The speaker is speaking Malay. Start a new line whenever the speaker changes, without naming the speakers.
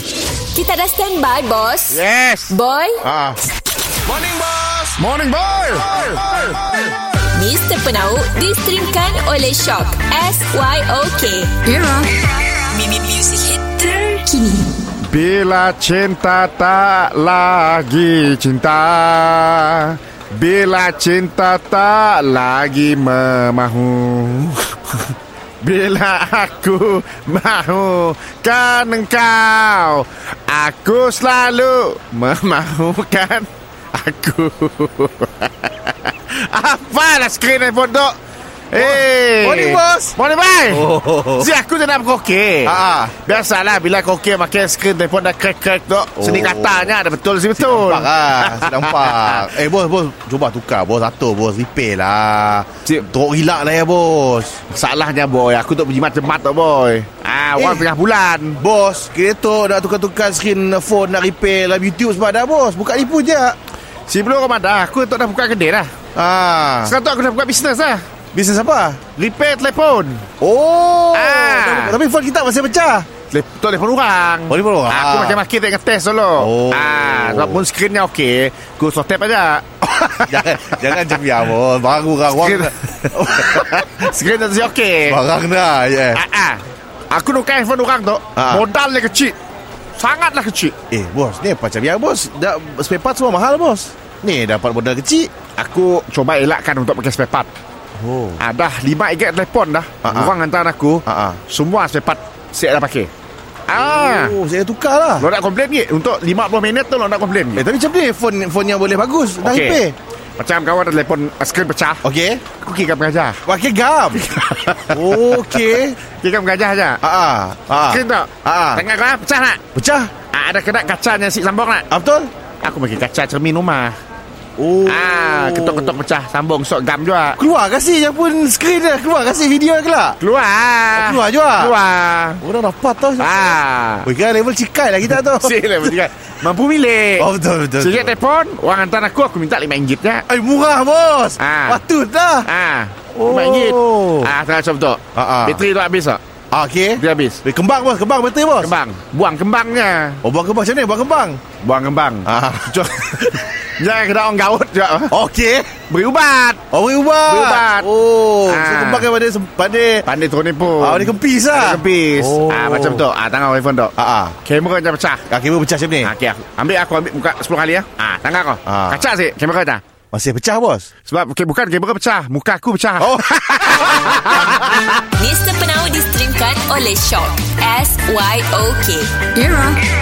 Cita dah standby, bos.
Yes.
Boy,
Ah.
Morning, boss.
Morning, boy.
Mr. Penau distrimkan oleh Shock. S-Y-O-K. Era. Mimi Music Hit terkini.
Bila cinta tak lagi cinta Bila cinta tak lagi memahu Bila aku mahu kan engkau Aku selalu memahukan aku Apalah skrin ni bodoh Eh.
Morning, boss.
Morning bye
Oh.
Si aku tak nak berkokek
Ah.
Biasalah bila kokek makan skrin telefon dah crack-crack tu oh. Seni
Oh.
katanya ada betul si betul
Nampak lah Saya nampak Eh bos bos Cuba tukar bos Satu bos Repair lah
Cik.
Teruk hilak lah ya bos
Salahnya boy Aku tak pergi macam mat tu boy Ah,
Eh.
Orang tengah bulan
Bos Kita tu dah tukar-tukar Screen phone Nak repair live YouTube Sebab dah bos Buka lipu je
Si belum orang dah Aku tak dah buka kedai dah
Ah,
Sekarang tu aku dah buka bisnes lah
Bisnes apa?
Repair telefon
Oh
Ah.
dah- Tapi phone kita masih pecah
Telef- Telefon orang Ah,
Oh, telefon orang.
Aku makin-makin tak ingat test dulu
Oh.
ah, Sebab pun skrinnya okey Aku sotep aja
Jangan Jangan cemia bos Baru orang
Skrin Skrin tak si okey
Barang dah ya. yes.
ah, ah. Aku nukar handphone orang tu
Ah.
Modal dia kecil Sangatlah kecil
Eh bos Ni apa cemia bos dah, Spare part semua mahal bos Ni dapat modal kecil
Aku cuba elakkan untuk pakai spare part
Oh
ah, Dah 5 ikat telefon dah
Ah, ah.
uh-huh. Orang hantar aku uh-huh.
Ah, ah.
Semua spare part Siap dah pakai Ah,
Oh saya tukar lah
Lo nak komplain ni Untuk 50 minit tu lo nak komplain ni
Eh tapi macam ni phone phone yang boleh bagus dah
Okey.
repair.
Macam kawan ada telefon ah, Skrin pecah
Okey.
Aku kira mengajar
Pakai gam. Okey.
Kira mengajar je
Ha ah. Ha.
Skrin tak
Ah.
Tengah kau pecah nak
Pecah.
ah, Ada kena kacanya si sambung nak
Ah, betul?
Aku bagi kaca cermin rumah
Oh.
Ah, Ketuk-ketuk pecah Sambung sok gam juga
Keluar kasih yang pun skrin dah keluar kasih video yang kelak.
Keluar
Keluar juga?
Keluar
Orang dapat tau.
Ah.
Oh, kira level cikai lah kita tu.
Cik lah bertiga Mampu milik
Oh betul betul.
Cik
betul.
telefon Orang hantar aku Aku minta RM5 je
Eh murah bos.
Ah.
Patut lah.
Ah,
Oh.
RM5 Ah, tengah macam tu
Ah, ah.
Bateri tu habis tak
Ah, okey.
Bateri habis
Eh, Kembang bos, kembang betul bos.
Kembang Buang kembangnya
Oh, buang kembang macam ni, buang kembang.
Buang kembang
Ah.
Jangan kena orang gaut juga
Okey.
Ah. Beri ubat
Oh, beri ubat.
Beri ubat.
Oh,
Ah.
so kembang kan pada pada
Pandai turun ni pun
Ah, dia kempis
Ada
lah.
kempis
Oh.
ah, Macam tu ah, Tangan handphone tu
Ah, ah.
Kamera macam pecah
Ah, kabel pecah macam ni.
ah, okay, aku. Ambil aku ambil Buka 10 kali ya ah, Tangan kau
Ah.
Kaca sih Kamera pecah
Masih pecah, bos.
Sebab okay, bukan kamera pecah Muka aku pecah
Oh.
Mr. Penau distrimkan oleh Shock. S-Y-O-K. Era.